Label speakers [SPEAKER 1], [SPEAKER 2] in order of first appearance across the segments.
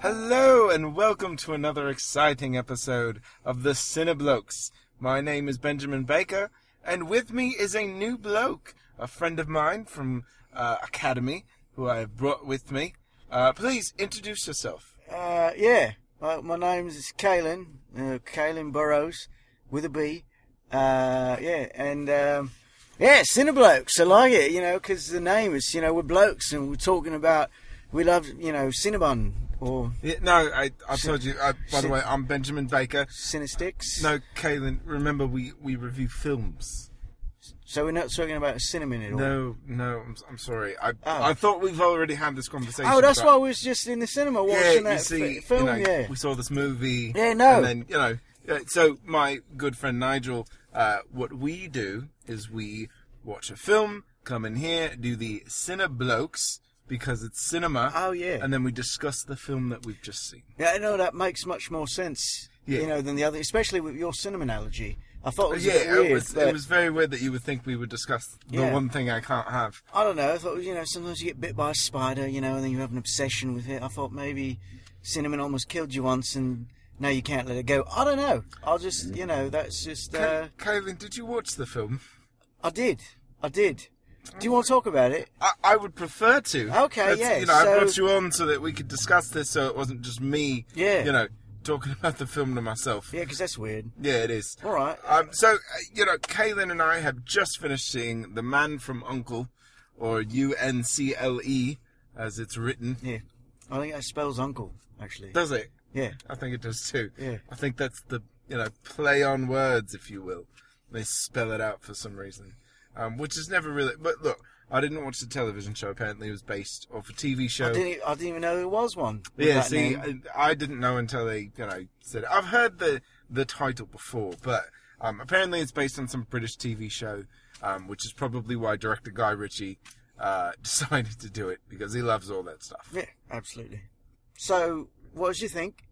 [SPEAKER 1] Hello and welcome to another exciting episode of the Cineblokes. My name is Benjamin Baker, and with me is a new bloke, a friend of mine from uh, Academy, who I have brought with me. Uh, please introduce yourself.
[SPEAKER 2] Uh, yeah, my, my name's Kalen, uh, Kalen Burrows, with a B. Uh, yeah, and um, yeah, Cineblokes. I like it, you know, because the name is, you know, we're blokes and we're talking about, we love, you know, Cinnabon or
[SPEAKER 1] Yeah, no, I, I told you. I, by the way, I'm Benjamin Baker.
[SPEAKER 2] Cinestics.
[SPEAKER 1] No, Kaylin, remember we, we review films.
[SPEAKER 2] So we're not talking about cinnamon at all.
[SPEAKER 1] No, no, I'm, I'm sorry. I
[SPEAKER 2] Oh.
[SPEAKER 1] I thought we've already had this conversation.
[SPEAKER 2] Oh, that's
[SPEAKER 1] but-
[SPEAKER 2] why we was just in the cinema
[SPEAKER 1] Yeah,
[SPEAKER 2] watching that
[SPEAKER 1] you see,
[SPEAKER 2] fi- film.
[SPEAKER 1] you know,
[SPEAKER 2] yeah,
[SPEAKER 1] we saw this movie.
[SPEAKER 2] Yeah, no.
[SPEAKER 1] And then you know, yeah, so my good friend Nigel, uh, what we do is we watch a film, come in here, do the Cineblokes because it's cinema.
[SPEAKER 2] Oh, yeah.
[SPEAKER 1] And then we discuss the film that we've just seen.
[SPEAKER 2] yeah. I know that makes much more sense.
[SPEAKER 1] Yeah.
[SPEAKER 2] You know, than the other, especially with your cinnamon allergy. I thought it was a
[SPEAKER 1] yeah,
[SPEAKER 2] bit weird.
[SPEAKER 1] it, was,
[SPEAKER 2] but-
[SPEAKER 1] it was very weird that you would think we would discuss the
[SPEAKER 2] Yeah.
[SPEAKER 1] one thing I can't have.
[SPEAKER 2] I don't know. I thought you know sometimes you get bit by a spider, you know, and then you have an obsession with it. I thought maybe cinnamon almost killed you once, and now you can't let it go. I don't know. I'll just you know that's just. Uh,
[SPEAKER 1] Ka- Kaylin, did you watch the film?
[SPEAKER 2] I did. I did. Do you want to talk about it?
[SPEAKER 1] I, I would prefer to.
[SPEAKER 2] Okay, yeah,
[SPEAKER 1] You know, I
[SPEAKER 2] so-
[SPEAKER 1] brought you on so that we could discuss this, so it wasn't just me.
[SPEAKER 2] Yeah.
[SPEAKER 1] You know, talking about the film to myself.
[SPEAKER 2] Yeah, because that's weird.
[SPEAKER 1] Yeah, it is.
[SPEAKER 2] All right.
[SPEAKER 1] Um, so uh, you know, Kaylin and I have just finished seeing The Man from Uncle, or U N C L E, as it's written.
[SPEAKER 2] Yeah, I think that spells uncle actually.
[SPEAKER 1] Does it?
[SPEAKER 2] Yeah.
[SPEAKER 1] I think it does too.
[SPEAKER 2] Yeah.
[SPEAKER 1] I think that's the you know play on words, if you will. They spell it out for some reason, um, which is never really. But look, I didn't watch the television show. Apparently, it was based off a TV show.
[SPEAKER 2] I didn't. e, I didn't even know there was one. with
[SPEAKER 1] yeah,
[SPEAKER 2] that
[SPEAKER 1] see,
[SPEAKER 2] name.
[SPEAKER 1] I, I didn't know until they you know said it. I've heard the the title before, but um, apparently it's based on some British TV show, um, which is probably why director Guy Ritchie uh, decided to do it because he loves all that stuff.
[SPEAKER 2] Yeah, absolutely. So, what did you think?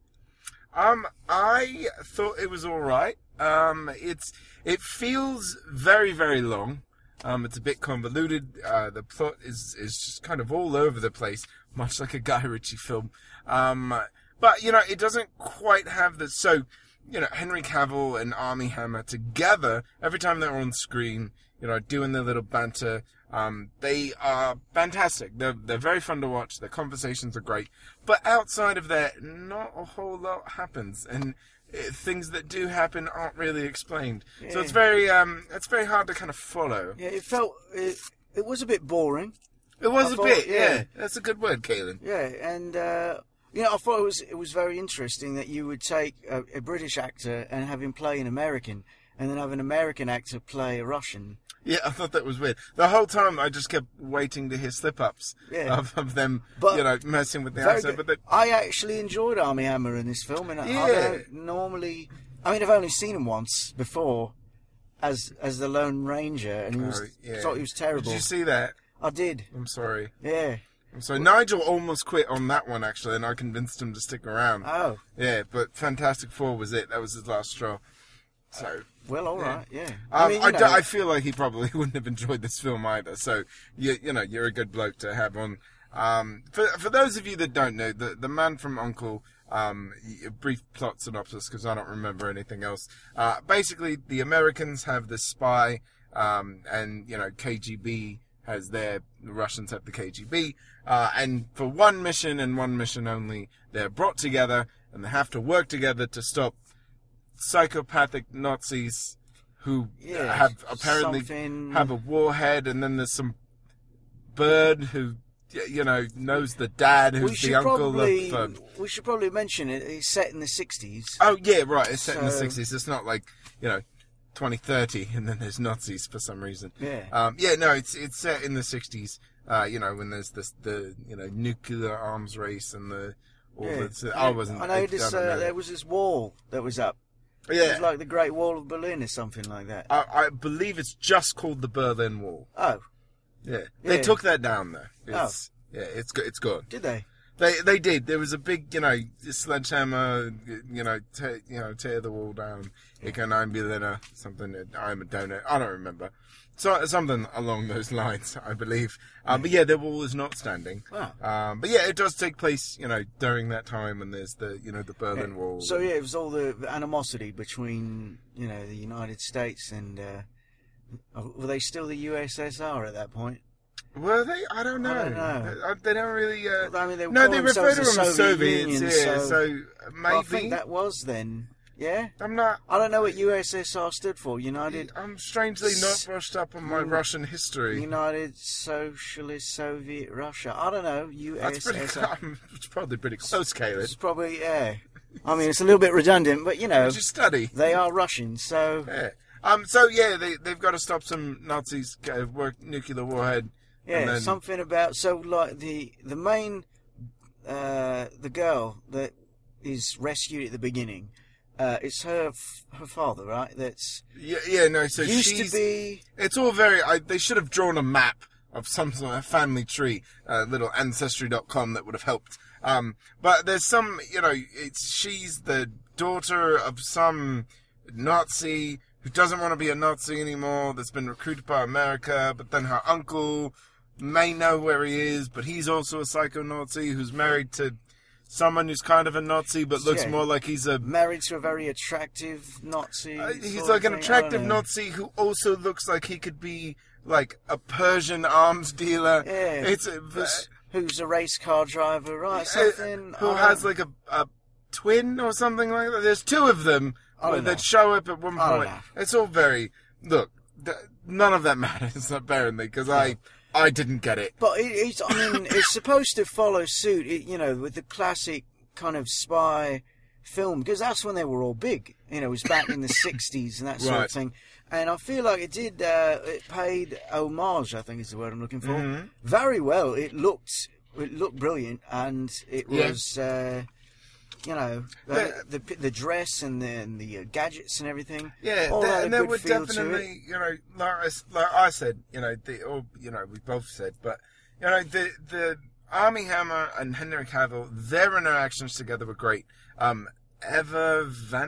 [SPEAKER 1] Um, I thought it was all right. Um, it's it feels very very long. Um, it's a bit convoluted. Uh, the plot is is just kind of all over the place, much like a Guy Ritchie film. Um, but you know, it doesn't quite have the so. You know, Henry Cavill and Army Hammer together every time they're on screen. You know, doing their little banter. Um, they are fantastic. They're they're very fun to watch. Their conversations are great. But outside of that, not a whole lot happens, and uh, things that do happen aren't really explained. So it's
[SPEAKER 2] Yeah.
[SPEAKER 1] very um, it's very hard to kind of follow.
[SPEAKER 2] Yeah, it felt it. It was a bit boring.
[SPEAKER 1] It was
[SPEAKER 2] I
[SPEAKER 1] a
[SPEAKER 2] thought-
[SPEAKER 1] bit, yeah.
[SPEAKER 2] yeah.
[SPEAKER 1] That's a good word, Kaelin.
[SPEAKER 2] Yeah, and uh, you know, I thought it was it was very interesting that you would take a, a British actor and have him play an American, and then have an American actor play a Russian.
[SPEAKER 1] Yeah, I thought that was weird. The whole time I just kept waiting to hear slip ups
[SPEAKER 2] Yeah.
[SPEAKER 1] of, of them,
[SPEAKER 2] But-
[SPEAKER 1] you know, messing with the
[SPEAKER 2] Very
[SPEAKER 1] accent. But
[SPEAKER 2] good.
[SPEAKER 1] they,
[SPEAKER 2] I actually enjoyed Army Hammer in this film, and I- I
[SPEAKER 1] Yeah.
[SPEAKER 2] don't normally. I mean, I've only seen him once before, as as the Lone Ranger, and he was
[SPEAKER 1] Oh, yeah.
[SPEAKER 2] thought he was
[SPEAKER 1] did
[SPEAKER 2] terrible.
[SPEAKER 1] you see that?
[SPEAKER 2] I did,
[SPEAKER 1] I'm sorry.
[SPEAKER 2] yeah.
[SPEAKER 1] I'm sorry. Nigel almost quit on that one actually, and I convinced him to stick around.
[SPEAKER 2] Oh,
[SPEAKER 1] yeah, but Fantastic Four was it. That was his last straw.
[SPEAKER 2] uh,
[SPEAKER 1] So.
[SPEAKER 2] well, all right, yeah.
[SPEAKER 1] Um, I,
[SPEAKER 2] mean, you
[SPEAKER 1] d-
[SPEAKER 2] know,
[SPEAKER 1] I feel like he probably wouldn't have enjoyed this film either. So you you know you're a good bloke to have on. Um, for for those of you that don't know, the the man from Uncle. Um, y- a brief plot synopsis because I don't remember anything else. Uh, basically, the Americans have this spy, um, and you know KGB has their the Russians have the KGB, uh, and for one mission and one mission only, they're brought together and they have to work together to stop psychopathic Nazis who
[SPEAKER 2] Yeah,
[SPEAKER 1] have apparently
[SPEAKER 2] something-
[SPEAKER 1] have a warhead, and then there's some bird who y- you know knows the dad
[SPEAKER 2] we
[SPEAKER 1] who's
[SPEAKER 2] should
[SPEAKER 1] the uncle
[SPEAKER 2] probably
[SPEAKER 1] of. Um,
[SPEAKER 2] we should probably mention it. It's set in the sixties.
[SPEAKER 1] oh yeah, right. It's set in the
[SPEAKER 2] So-
[SPEAKER 1] sixties. It's not like you know. 2030, and then there's Nazis for some reason.
[SPEAKER 2] Yeah.
[SPEAKER 1] Um, yeah, no, it's it's set in the 60s. Uh, you know, when there's this the you know nuclear arms race and the all
[SPEAKER 2] Yeah.
[SPEAKER 1] the I wasn't.
[SPEAKER 2] I know
[SPEAKER 1] don't
[SPEAKER 2] this. Uh,
[SPEAKER 1] know.
[SPEAKER 2] there was this wall that was up. It
[SPEAKER 1] yeah,
[SPEAKER 2] was like the Great Wall of Berlin or something like that.
[SPEAKER 1] I, I believe it's just called the Berlin Wall.
[SPEAKER 2] oh,
[SPEAKER 1] Yeah. They
[SPEAKER 2] Yeah. Oh.
[SPEAKER 1] took that down though. It's, Yeah, it's go- it's gone.
[SPEAKER 2] did they?
[SPEAKER 1] They they did. There was a big, you know, sledgehammer, you know, tear, you know, tear the wall down. It can I'm Berliner, something. that I'm a donut. I don't remember. So something along those lines, I believe. Um, but yeah, the wall is not standing.
[SPEAKER 2] Wow.
[SPEAKER 1] Um, but yeah, it does take place, you know, during that time when there's the, you know, the Berlin Wall.
[SPEAKER 2] So yeah, it was all the the animosity between you know the United States and uh, were they still the USSR at that point?
[SPEAKER 1] Were they? I don't know.
[SPEAKER 2] I don't know.
[SPEAKER 1] Uh, They don't really. Uh,
[SPEAKER 2] I mean, they
[SPEAKER 1] no,
[SPEAKER 2] call
[SPEAKER 1] they refer
[SPEAKER 2] themselves
[SPEAKER 1] to them as Soviets.
[SPEAKER 2] Union,
[SPEAKER 1] yeah, so,
[SPEAKER 2] so,
[SPEAKER 1] maybe
[SPEAKER 2] Well, I think that was then. Yeah,
[SPEAKER 1] I'm not.
[SPEAKER 2] I don't know what USSR stood for. United
[SPEAKER 1] I'm strangely not brushed up on my
[SPEAKER 2] Mm.
[SPEAKER 1] Russian history.
[SPEAKER 2] United Socialist Soviet Russia. I don't know.
[SPEAKER 1] That's pretty.
[SPEAKER 2] USSR.
[SPEAKER 1] it's probably pretty close, Caleb.
[SPEAKER 2] It's probably yeah. I mean, it's a little bit redundant, but you know,
[SPEAKER 1] Did you study?
[SPEAKER 2] they are Russian, so
[SPEAKER 1] Yeah. Um. So yeah, they they've got to stop some Nazis uh, work nuclear warhead.
[SPEAKER 2] Yeah,
[SPEAKER 1] and then,
[SPEAKER 2] something about so like the the main uh, the girl that is rescued at the beginning. Uh, it's her f- her father, right? That's
[SPEAKER 1] Yeah, yeah. No. So
[SPEAKER 2] used
[SPEAKER 1] she's.
[SPEAKER 2] to be
[SPEAKER 1] It's all very. I, they should have drawn a map of some sort of family tree, uh, little ancestry.com that would have helped. Um, but there's some, you know, it's she's the daughter of some Nazi who doesn't want to be a Nazi anymore. That's been recruited by America, but then her uncle may know where he is, but he's also a psycho-Nazi who's married to someone who's kind of a Nazi but looks
[SPEAKER 2] Yeah.
[SPEAKER 1] more like he's a
[SPEAKER 2] married to a very attractive Nazi.
[SPEAKER 1] uh,
[SPEAKER 2] sort
[SPEAKER 1] he's
[SPEAKER 2] of "Oh,
[SPEAKER 1] like an
[SPEAKER 2] thing, I
[SPEAKER 1] attractive
[SPEAKER 2] don't know.
[SPEAKER 1] Nazi who also looks like he could be like a Persian arms dealer.
[SPEAKER 2] Yeah,
[SPEAKER 1] it's a,
[SPEAKER 2] who's, who's a race car driver, right?
[SPEAKER 1] uh,
[SPEAKER 2] Something um,
[SPEAKER 1] who
[SPEAKER 2] I
[SPEAKER 1] has
[SPEAKER 2] don't-
[SPEAKER 1] like a, a twin or something like that. There's two of them
[SPEAKER 2] I don't know.
[SPEAKER 1] that show up at one
[SPEAKER 2] I don't
[SPEAKER 1] point.
[SPEAKER 2] know.
[SPEAKER 1] It's all very look. Th- none of that matters apparently because I I didn't get it.
[SPEAKER 2] But it, it's, I mean, it's supposed to follow suit, it, you know, with the classic kind of spy film, because that's when they were all big. You know, it was back in the 60s and that sort
[SPEAKER 1] Right.
[SPEAKER 2] of thing. And I feel like it did, uh, it paid homage, I think is the word I'm looking for,
[SPEAKER 1] Mm-hmm.
[SPEAKER 2] very well. It looked, it looked brilliant and it
[SPEAKER 1] Yeah.
[SPEAKER 2] was, uh, you know, uh, the the dress and the, and the uh, gadgets and everything.
[SPEAKER 1] Yeah,
[SPEAKER 2] all
[SPEAKER 1] there-
[SPEAKER 2] had a
[SPEAKER 1] and there
[SPEAKER 2] good
[SPEAKER 1] were
[SPEAKER 2] feel to it.
[SPEAKER 1] definitely, you know, like I, s- like I said, you know, the, or you know, we both said, but you know, the the Army Hammer and Henry Cavill, their interactions together were great. Um, Eva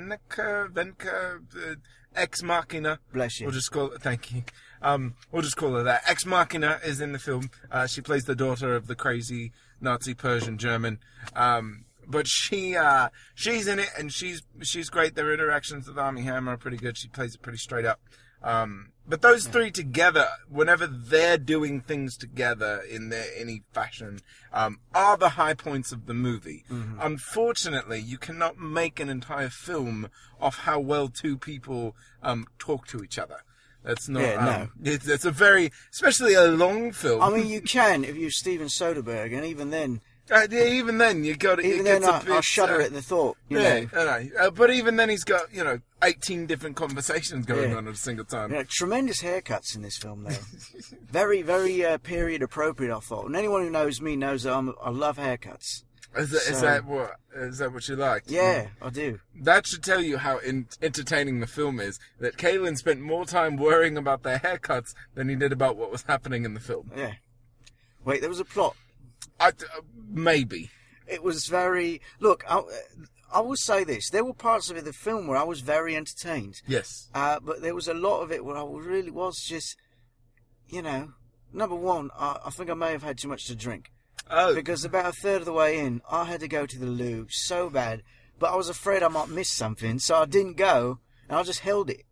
[SPEAKER 1] Vanica, Venka, uh, Ex Machina.
[SPEAKER 2] Bless you.
[SPEAKER 1] We'll just call. Thank you. Um, we'll just call her that. Ex Machina is in the film. Uh, she plays the daughter of the crazy Nazi Persian German. Um, but she uh, she's in it and she's she's great. Their interactions with Army Hammer are pretty good. She plays it pretty straight up. Um, but those three together, whenever they're doing things together in their any fashion, um, are the high points of the movie.
[SPEAKER 2] Mm-hmm.
[SPEAKER 1] Unfortunately, you cannot make an entire film of how well two people um, talk to each other. That's not.
[SPEAKER 2] Yeah, no.
[SPEAKER 1] um, It's, it's a very, especially a long film.
[SPEAKER 2] I mean, you can if you're Steven Soderbergh, and even then,
[SPEAKER 1] Uh, yeah, even then you got
[SPEAKER 2] Even
[SPEAKER 1] it
[SPEAKER 2] then,
[SPEAKER 1] gets a
[SPEAKER 2] I,
[SPEAKER 1] bit,
[SPEAKER 2] I shudder
[SPEAKER 1] uh,
[SPEAKER 2] at the thought. You
[SPEAKER 1] yeah,
[SPEAKER 2] know,
[SPEAKER 1] I know. Uh, but even then, he's got you know eighteen different conversations going
[SPEAKER 2] Yeah.
[SPEAKER 1] on at a single time.
[SPEAKER 2] You know, tremendous haircuts in this film, though. very, very uh, period appropriate, I thought. And anyone who knows me knows that I'm, I love haircuts.
[SPEAKER 1] Is, that, is
[SPEAKER 2] So-
[SPEAKER 1] that what is that what you like?
[SPEAKER 2] Yeah,
[SPEAKER 1] Hmm.
[SPEAKER 2] I do.
[SPEAKER 1] That should tell you how in- entertaining the film is. That Kalen spent more time worrying about their haircuts than he did about what was happening in the film.
[SPEAKER 2] Yeah. Wait, there was a plot.
[SPEAKER 1] I, uh, maybe.
[SPEAKER 2] It was very. Look, I, I will say this: there were parts of the film where I was very entertained,
[SPEAKER 1] Yes.
[SPEAKER 2] uh, but there was a lot of it where I really was just, you know, number one, I, I think I may have had too much to drink.
[SPEAKER 1] Oh,
[SPEAKER 2] because about a third of the way in, I had to go to the loo so bad, but I was afraid I might miss something, so I didn't go, and I just held it.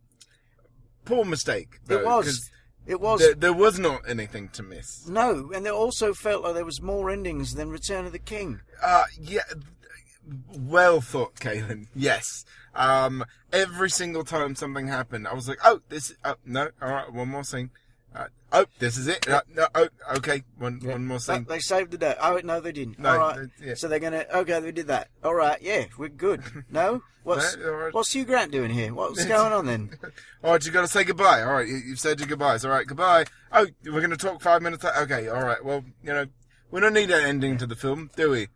[SPEAKER 1] poor mistake.
[SPEAKER 2] It
[SPEAKER 1] though,
[SPEAKER 2] was,
[SPEAKER 1] 'cause
[SPEAKER 2] it was
[SPEAKER 1] There, there was not anything to miss.
[SPEAKER 2] no, and it also felt like there was more endings than Return of the King.
[SPEAKER 1] Uh, yeah. Well thought, Kalen. Yes. Um, every single time something happened, I was like, oh, this, oh, no, alright, one more scene. Uh, oh, this is it. Uh, no, oh, okay, one, one more
[SPEAKER 2] But
[SPEAKER 1] scene.
[SPEAKER 2] they saved the day. Oh no, they didn't.
[SPEAKER 1] No,
[SPEAKER 2] All right,
[SPEAKER 1] they- yeah.
[SPEAKER 2] so they're gonna. Okay, they did that. All right, yeah, we're good. No, what's
[SPEAKER 1] No, all right.
[SPEAKER 2] what's Hugh Grant doing here? What's going on then?
[SPEAKER 1] All right, you got to say goodbye. All right, you- you've said your goodbyes. All right, goodbye. Oh, we're going to talk five minutes. la- Okay, all right. Well, you know, we don't need an ending to the film, do we?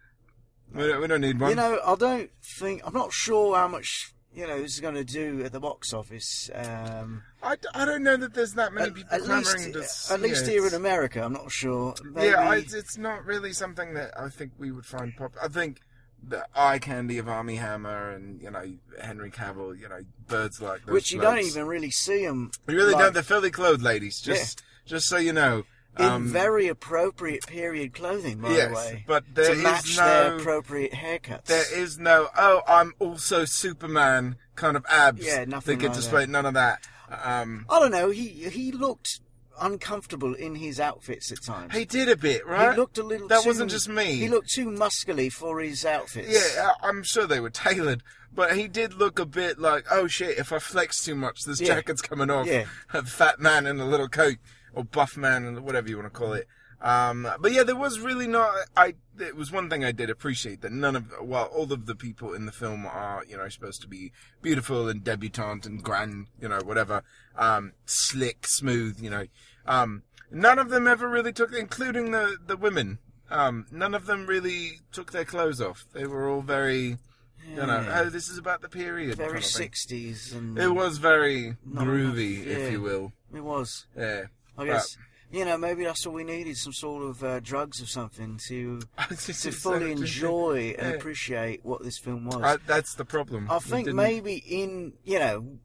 [SPEAKER 1] We don't, we don't need one.
[SPEAKER 2] You know, I don't think I'm not sure how much you know this is going to do at the box office. Um,
[SPEAKER 1] I, d- I don't know that there's that many
[SPEAKER 2] at,
[SPEAKER 1] people
[SPEAKER 2] at
[SPEAKER 1] clamoring
[SPEAKER 2] least,
[SPEAKER 1] to see
[SPEAKER 2] at least
[SPEAKER 1] it.
[SPEAKER 2] here in America, I'm not sure. Maybe-
[SPEAKER 1] Yeah, I, it's not really something that I think we would find pop. I think the eye candy of Army Hammer and you know Henry Cavill, you know birds like those
[SPEAKER 2] which you don't
[SPEAKER 1] blokes.
[SPEAKER 2] even really see them.
[SPEAKER 1] You really
[SPEAKER 2] like-
[SPEAKER 1] don't. They're fully clothed, ladies. Just just so you know.
[SPEAKER 2] in very appropriate period clothing, by
[SPEAKER 1] Um, yes,
[SPEAKER 2] the way,
[SPEAKER 1] but
[SPEAKER 2] to
[SPEAKER 1] there is
[SPEAKER 2] match
[SPEAKER 1] no
[SPEAKER 2] their appropriate haircuts.
[SPEAKER 1] there is no oh I'm also Superman kind of abs.
[SPEAKER 2] Yeah, nothing
[SPEAKER 1] They could
[SPEAKER 2] like
[SPEAKER 1] display none of that. Um,
[SPEAKER 2] I don't know. He he looked uncomfortable in his outfits at times.
[SPEAKER 1] he did a bit,
[SPEAKER 2] He
[SPEAKER 1] right?
[SPEAKER 2] looked a little.
[SPEAKER 1] That
[SPEAKER 2] too-
[SPEAKER 1] wasn't just me.
[SPEAKER 2] He looked too muscly for his outfits.
[SPEAKER 1] Yeah, I- I'm sure they were tailored, but he did look a bit like, oh shit, if I flex too much, this
[SPEAKER 2] Yeah.
[SPEAKER 1] jacket's coming off.
[SPEAKER 2] Yeah.
[SPEAKER 1] A fat man in a little coat, or buff man, and whatever you want to call it. Um, but yeah, there was really not. I it was one thing I did appreciate that none of well, all of the people in the film are you know supposed to be beautiful and debutante and grand, you know whatever, um, slick, smooth, you know. Um, none of them ever really took, including the the women. Um, none of them really took their clothes off. They were all very, you know,
[SPEAKER 2] Yeah.
[SPEAKER 1] oh, this is about the period. kind
[SPEAKER 2] very
[SPEAKER 1] of thing.
[SPEAKER 2] sixties, and
[SPEAKER 1] It was very
[SPEAKER 2] Not
[SPEAKER 1] groovy,
[SPEAKER 2] enough, yeah.
[SPEAKER 1] if you will.
[SPEAKER 2] It was.
[SPEAKER 1] Yeah.
[SPEAKER 2] I guess you know maybe that's what we needed: some sort of uh, drugs or something to to fully enjoy and
[SPEAKER 1] yeah.
[SPEAKER 2] appreciate what this film was.
[SPEAKER 1] I, that's the problem.
[SPEAKER 2] I
[SPEAKER 1] We
[SPEAKER 2] think
[SPEAKER 1] didn't-
[SPEAKER 2] maybe in you know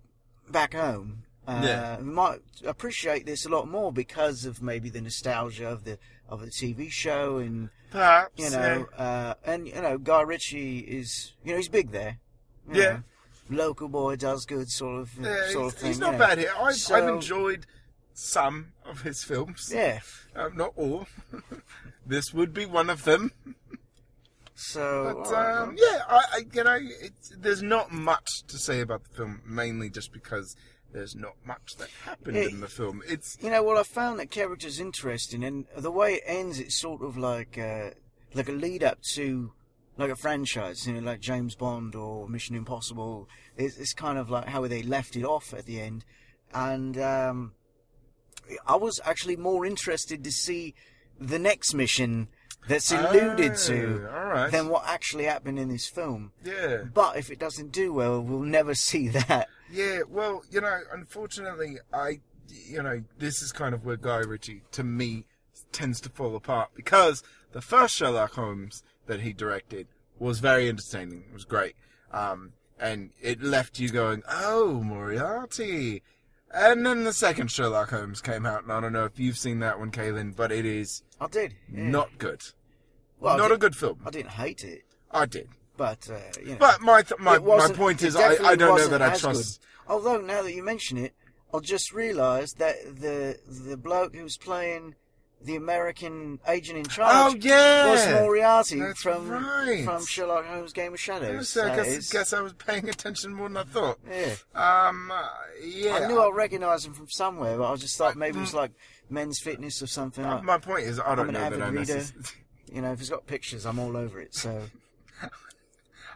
[SPEAKER 2] back home, uh,
[SPEAKER 1] Yeah.
[SPEAKER 2] we might appreciate this a lot more because of maybe the nostalgia of the of the TV show and
[SPEAKER 1] perhaps
[SPEAKER 2] you know uh, and you know Guy Ritchie is you know he's big there. you
[SPEAKER 1] Yeah.
[SPEAKER 2] know. local boy does good sort of
[SPEAKER 1] yeah. Yeah,
[SPEAKER 2] mm, sort
[SPEAKER 1] he's,
[SPEAKER 2] of thing.
[SPEAKER 1] he's
[SPEAKER 2] you
[SPEAKER 1] not
[SPEAKER 2] know.
[SPEAKER 1] bad here. I've, I've
[SPEAKER 2] So-
[SPEAKER 1] enjoyed some of his films.
[SPEAKER 2] Yeah.
[SPEAKER 1] Um, not all. this would be one of them.
[SPEAKER 2] Oh, So
[SPEAKER 1] But
[SPEAKER 2] alright,
[SPEAKER 1] um, yeah, I, I you know, it's, there's not much to say about the film, mainly just because there's not much that happened
[SPEAKER 2] Yeah.
[SPEAKER 1] in the film. It's
[SPEAKER 2] You know, well, I found that character's interesting, and the way it ends, it's sort of like uh, like a lead up to like a franchise, you know, like James Bond or Mission Impossible. It's, it's kind of like how they left it off at the end, and um, I was actually more interested to see the next mission that's alluded to
[SPEAKER 1] Oh, All right.
[SPEAKER 2] than what actually happened in this film.
[SPEAKER 1] yeah.
[SPEAKER 2] But if it doesn't do well, we'll never see that.
[SPEAKER 1] Yeah, well, you know, unfortunately, I, you know, this is kind of where Guy Ritchie, to me, tends to fall apart because the first Sherlock Holmes that he directed was very entertaining. It was great. Um, and it left you going, oh, Moriarty. And then the second Sherlock Holmes came out, and I don't know if you've seen that one, Kaylin, but it is
[SPEAKER 2] I did. yeah.
[SPEAKER 1] not good.
[SPEAKER 2] well, uh, I,
[SPEAKER 1] not
[SPEAKER 2] did,
[SPEAKER 1] a good film.
[SPEAKER 2] I didn't hate it,
[SPEAKER 1] I did.
[SPEAKER 2] but uh, you know.
[SPEAKER 1] But my th- my, my
[SPEAKER 2] It wasn't-
[SPEAKER 1] point
[SPEAKER 2] it
[SPEAKER 1] is, I, I
[SPEAKER 2] definitely
[SPEAKER 1] don't know
[SPEAKER 2] wasn't
[SPEAKER 1] that I
[SPEAKER 2] as
[SPEAKER 1] trust.
[SPEAKER 2] good. Although now that you mention it, I just realised that the the bloke who's playing the American agent in
[SPEAKER 1] Oh,
[SPEAKER 2] charge
[SPEAKER 1] yeah!
[SPEAKER 2] was Moriarty
[SPEAKER 1] That's
[SPEAKER 2] from
[SPEAKER 1] right.
[SPEAKER 2] from Sherlock Holmes' Game of
[SPEAKER 1] Yeah,
[SPEAKER 2] Shadows.
[SPEAKER 1] so I
[SPEAKER 2] that
[SPEAKER 1] guess,
[SPEAKER 2] is.
[SPEAKER 1] guess I was paying attention more than I thought.
[SPEAKER 2] yeah.
[SPEAKER 1] Um, uh, yeah.
[SPEAKER 2] I knew I recognised him from somewhere, but I just thought maybe it was like Men's Fitness or something.
[SPEAKER 1] Uh,
[SPEAKER 2] Like,
[SPEAKER 1] my point is, I don't
[SPEAKER 2] an
[SPEAKER 1] know that
[SPEAKER 2] avid
[SPEAKER 1] I
[SPEAKER 2] reader.
[SPEAKER 1] necess-
[SPEAKER 2] you know, if it's got pictures, I'm all over it. So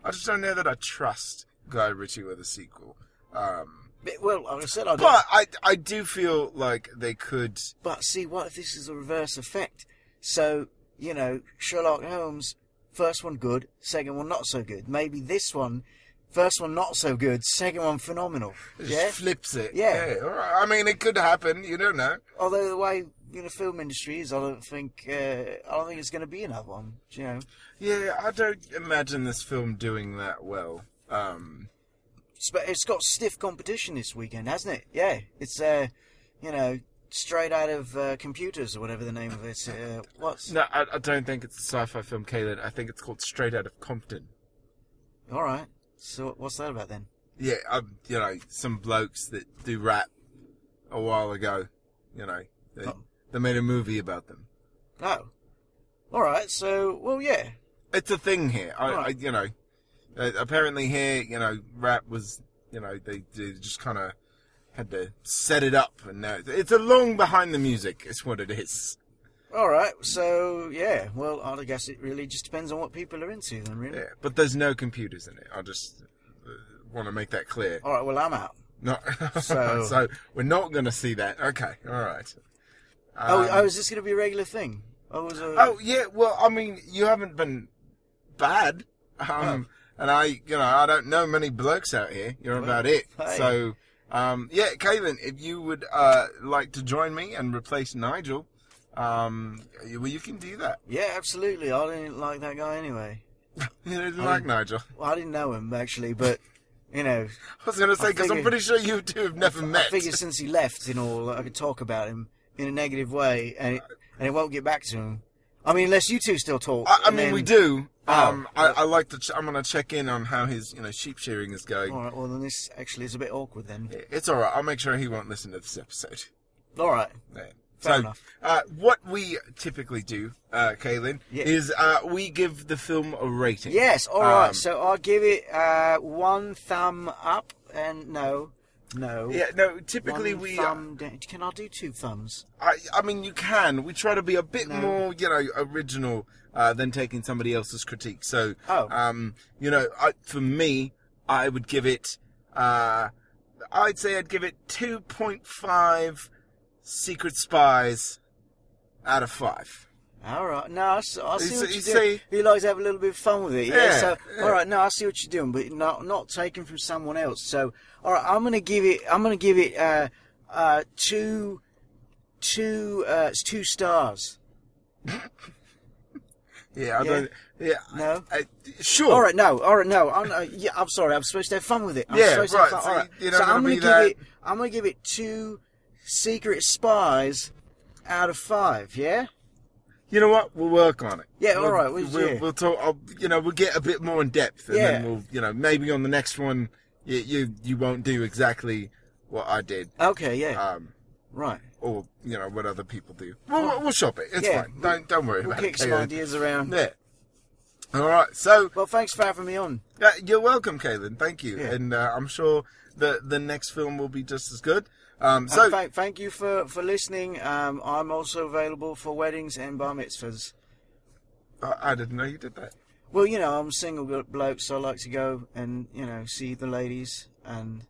[SPEAKER 1] I just don't know that I trust Guy Ritchie with a sequel. Um,
[SPEAKER 2] But- well, like I said I don't.
[SPEAKER 1] but I, I do feel like they could.
[SPEAKER 2] But see, what if this is a reverse effect? So, you know, Sherlock Holmes, first one good, second one not so good. Maybe this one, first one not so good, second one phenomenal.
[SPEAKER 1] it Just
[SPEAKER 2] Yeah?
[SPEAKER 1] flips it.
[SPEAKER 2] Yeah.
[SPEAKER 1] all right. I mean, it could happen. You don't know.
[SPEAKER 2] Although the way you know film industry is, I don't think uh, I don't think it's going to be another one. You know,
[SPEAKER 1] Yeah, I don't imagine this film doing that well. Um,
[SPEAKER 2] it's, but it's got stiff competition this weekend, hasn't it? Yeah, it's uh, you know, straight out of uh, computers or whatever the name of it. Uh, what's
[SPEAKER 1] no, I, I don't think it's a sci-fi film, Caleb. I think it's called Straight Out of Compton.
[SPEAKER 2] all right? So what's that about then?
[SPEAKER 1] yeah, um, you know, some blokes that do rap a while ago, you know, they,
[SPEAKER 2] Oh.
[SPEAKER 1] they made a movie about them.
[SPEAKER 2] No. All right. Oh. So well, yeah.
[SPEAKER 1] It's a thing here. I, I
[SPEAKER 2] Right.
[SPEAKER 1] you know, uh, apparently here, you know, rap was, you know, they, they just kind of had to set it up, and now it's a long behind the music. It's what it is.
[SPEAKER 2] All right, so yeah, well, I guess it really just depends on what people are into, then, really.
[SPEAKER 1] Yeah, but there's no computers in it. I just uh, want to make that clear.
[SPEAKER 2] All right, well, I'm out.
[SPEAKER 1] No, so,
[SPEAKER 2] Oh. So-
[SPEAKER 1] we're not going to see that. Okay, all right.
[SPEAKER 2] oh,
[SPEAKER 1] Um,
[SPEAKER 2] oh, is this going to be a regular thing? Oh, was a,
[SPEAKER 1] Oh yeah, well, I mean, you haven't been bad. Um, and I, you know, I don't know many blokes out here. You're about it.
[SPEAKER 2] hey.
[SPEAKER 1] So, um, yeah, Caelan, if you would uh, like to join me and replace Nigel, um, you- well, you can do that.
[SPEAKER 2] Yeah, absolutely. I didn't like that guy anyway.
[SPEAKER 1] You don't like Nigel.
[SPEAKER 2] Well, I didn't know him actually, but you know,
[SPEAKER 1] I was going to say because I'm
[SPEAKER 2] figured-
[SPEAKER 1] pretty sure you two have never
[SPEAKER 2] I
[SPEAKER 1] met.
[SPEAKER 2] figured since he left and all, I could talk about him in a negative way, and it, and it won't get back to him. I mean, unless you two still talk.
[SPEAKER 1] I, I
[SPEAKER 2] and
[SPEAKER 1] mean, we
[SPEAKER 2] then-
[SPEAKER 1] do. Um,
[SPEAKER 2] Oh.
[SPEAKER 1] I, I like to. Ch- I'm going to check in on how his, you know, sheep shearing is going.
[SPEAKER 2] All right. Well, then this actually is a bit awkward then.
[SPEAKER 1] It's all right. I'll make sure he won't listen to this episode.
[SPEAKER 2] All right.
[SPEAKER 1] Yeah.
[SPEAKER 2] Fair
[SPEAKER 1] so,
[SPEAKER 2] enough.
[SPEAKER 1] uh, what we typically do, uh, Kaylin,
[SPEAKER 2] Yeah.
[SPEAKER 1] is uh, we give the film a rating.
[SPEAKER 2] Yes. All right.
[SPEAKER 1] Um,
[SPEAKER 2] So I'll give it uh, one thumb up and no, no.
[SPEAKER 1] Yeah, no, typically
[SPEAKER 2] one
[SPEAKER 1] we. uh,
[SPEAKER 2] Thumb down. Can I do two thumbs?
[SPEAKER 1] I, I mean, you can. We try to be a bit
[SPEAKER 2] No.
[SPEAKER 1] more, you know, original uh, than taking somebody else's critique. So,
[SPEAKER 2] Oh.
[SPEAKER 1] um, you know, I, for me, I would give it. Uh, I'd say I'd give it 2.5 secret spies out of 5.
[SPEAKER 2] All right. No, I, see- I see
[SPEAKER 1] It's-
[SPEAKER 2] what you
[SPEAKER 1] it's
[SPEAKER 2] do.
[SPEAKER 1] a-
[SPEAKER 2] You like to have a little bit of fun with it. Yeah.
[SPEAKER 1] Yeah,
[SPEAKER 2] so,
[SPEAKER 1] yeah.
[SPEAKER 2] all right. No, I see what you're doing, but not not taken from someone else. So, all right. I'm gonna give it. I'm gonna give it uh, uh, two, two, uh, it's two stars.
[SPEAKER 1] Yeah, I
[SPEAKER 2] Yeah.
[SPEAKER 1] don't. Yeah.
[SPEAKER 2] No?
[SPEAKER 1] I, I- sure.
[SPEAKER 2] All right, no, all right, no. I'm, uh, yeah, I'm sorry. I'm supposed to have fun with it. I'm
[SPEAKER 1] Yeah,
[SPEAKER 2] supposed
[SPEAKER 1] right,
[SPEAKER 2] To have
[SPEAKER 1] so
[SPEAKER 2] fun. all right.
[SPEAKER 1] you're not
[SPEAKER 2] so
[SPEAKER 1] gonna
[SPEAKER 2] I'm gonna
[SPEAKER 1] be
[SPEAKER 2] give
[SPEAKER 1] that-
[SPEAKER 2] it. I'm gonna give it two secret spies out of five. Yeah.
[SPEAKER 1] You know what? We'll work on it.
[SPEAKER 2] Yeah,
[SPEAKER 1] We'll-
[SPEAKER 2] all right, well,
[SPEAKER 1] we'll,
[SPEAKER 2] yeah.
[SPEAKER 1] we'll talk. I'll, you know, we'll get a bit more in depth, and then
[SPEAKER 2] Yeah.
[SPEAKER 1] we'll, you know, maybe on the next one, you you, you won't do exactly what I did,
[SPEAKER 2] Okay. Yeah.
[SPEAKER 1] um,
[SPEAKER 2] right.
[SPEAKER 1] or you know what other people do. We'll, we'll- we'll shop it. It's
[SPEAKER 2] Yeah,
[SPEAKER 1] fine. Don't don't worry
[SPEAKER 2] We'll
[SPEAKER 1] about
[SPEAKER 2] kick
[SPEAKER 1] it.
[SPEAKER 2] some
[SPEAKER 1] Caleb.
[SPEAKER 2] ideas around.
[SPEAKER 1] Yeah. All right. So
[SPEAKER 2] Well, thanks for having me on.
[SPEAKER 1] uh, you're welcome, Kaylin. Thank you,
[SPEAKER 2] Yeah.
[SPEAKER 1] and uh, I'm sure the the next film will be just as good. Um,
[SPEAKER 2] So,
[SPEAKER 1] so
[SPEAKER 2] Uh, thank, thank you for, for listening. Um, I'm also available for weddings and bar mitzvahs.
[SPEAKER 1] I, I didn't know you did that.
[SPEAKER 2] Well, you know, I'm a single bloke, so I like to go and, you know, see the ladies. And,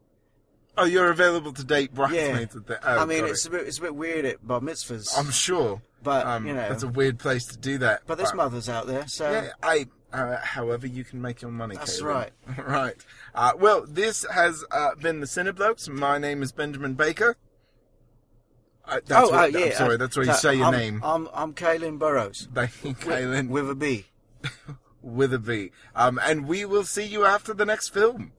[SPEAKER 1] Oh, you're available to date bridesmaids. at the- oh,
[SPEAKER 2] I mean,
[SPEAKER 1] got
[SPEAKER 2] it's a, bit, it's a bit weird at bar mitzvahs.
[SPEAKER 1] I'm sure.
[SPEAKER 2] But,
[SPEAKER 1] um,
[SPEAKER 2] you know.
[SPEAKER 1] that's a weird place to do that.
[SPEAKER 2] but there's mothers out there, so. Oh,
[SPEAKER 1] yeah, I. Uh, however, you can make your money.
[SPEAKER 2] Um, That's
[SPEAKER 1] Caleb. right. Uh, well, this has uh, been the Cineblokes. My name is Benjamin Baker. Uh, that's
[SPEAKER 2] oh,
[SPEAKER 1] what,
[SPEAKER 2] oh, yeah.
[SPEAKER 1] I'm sorry,
[SPEAKER 2] uh,
[SPEAKER 1] that's where you
[SPEAKER 2] so
[SPEAKER 1] say your
[SPEAKER 2] I'm,
[SPEAKER 1] name.
[SPEAKER 2] I'm, I'm Kaylin Burrows.
[SPEAKER 1] Thank you, Kaylin,
[SPEAKER 2] With a B.
[SPEAKER 1] with a B. Um, and we will see you after the next film.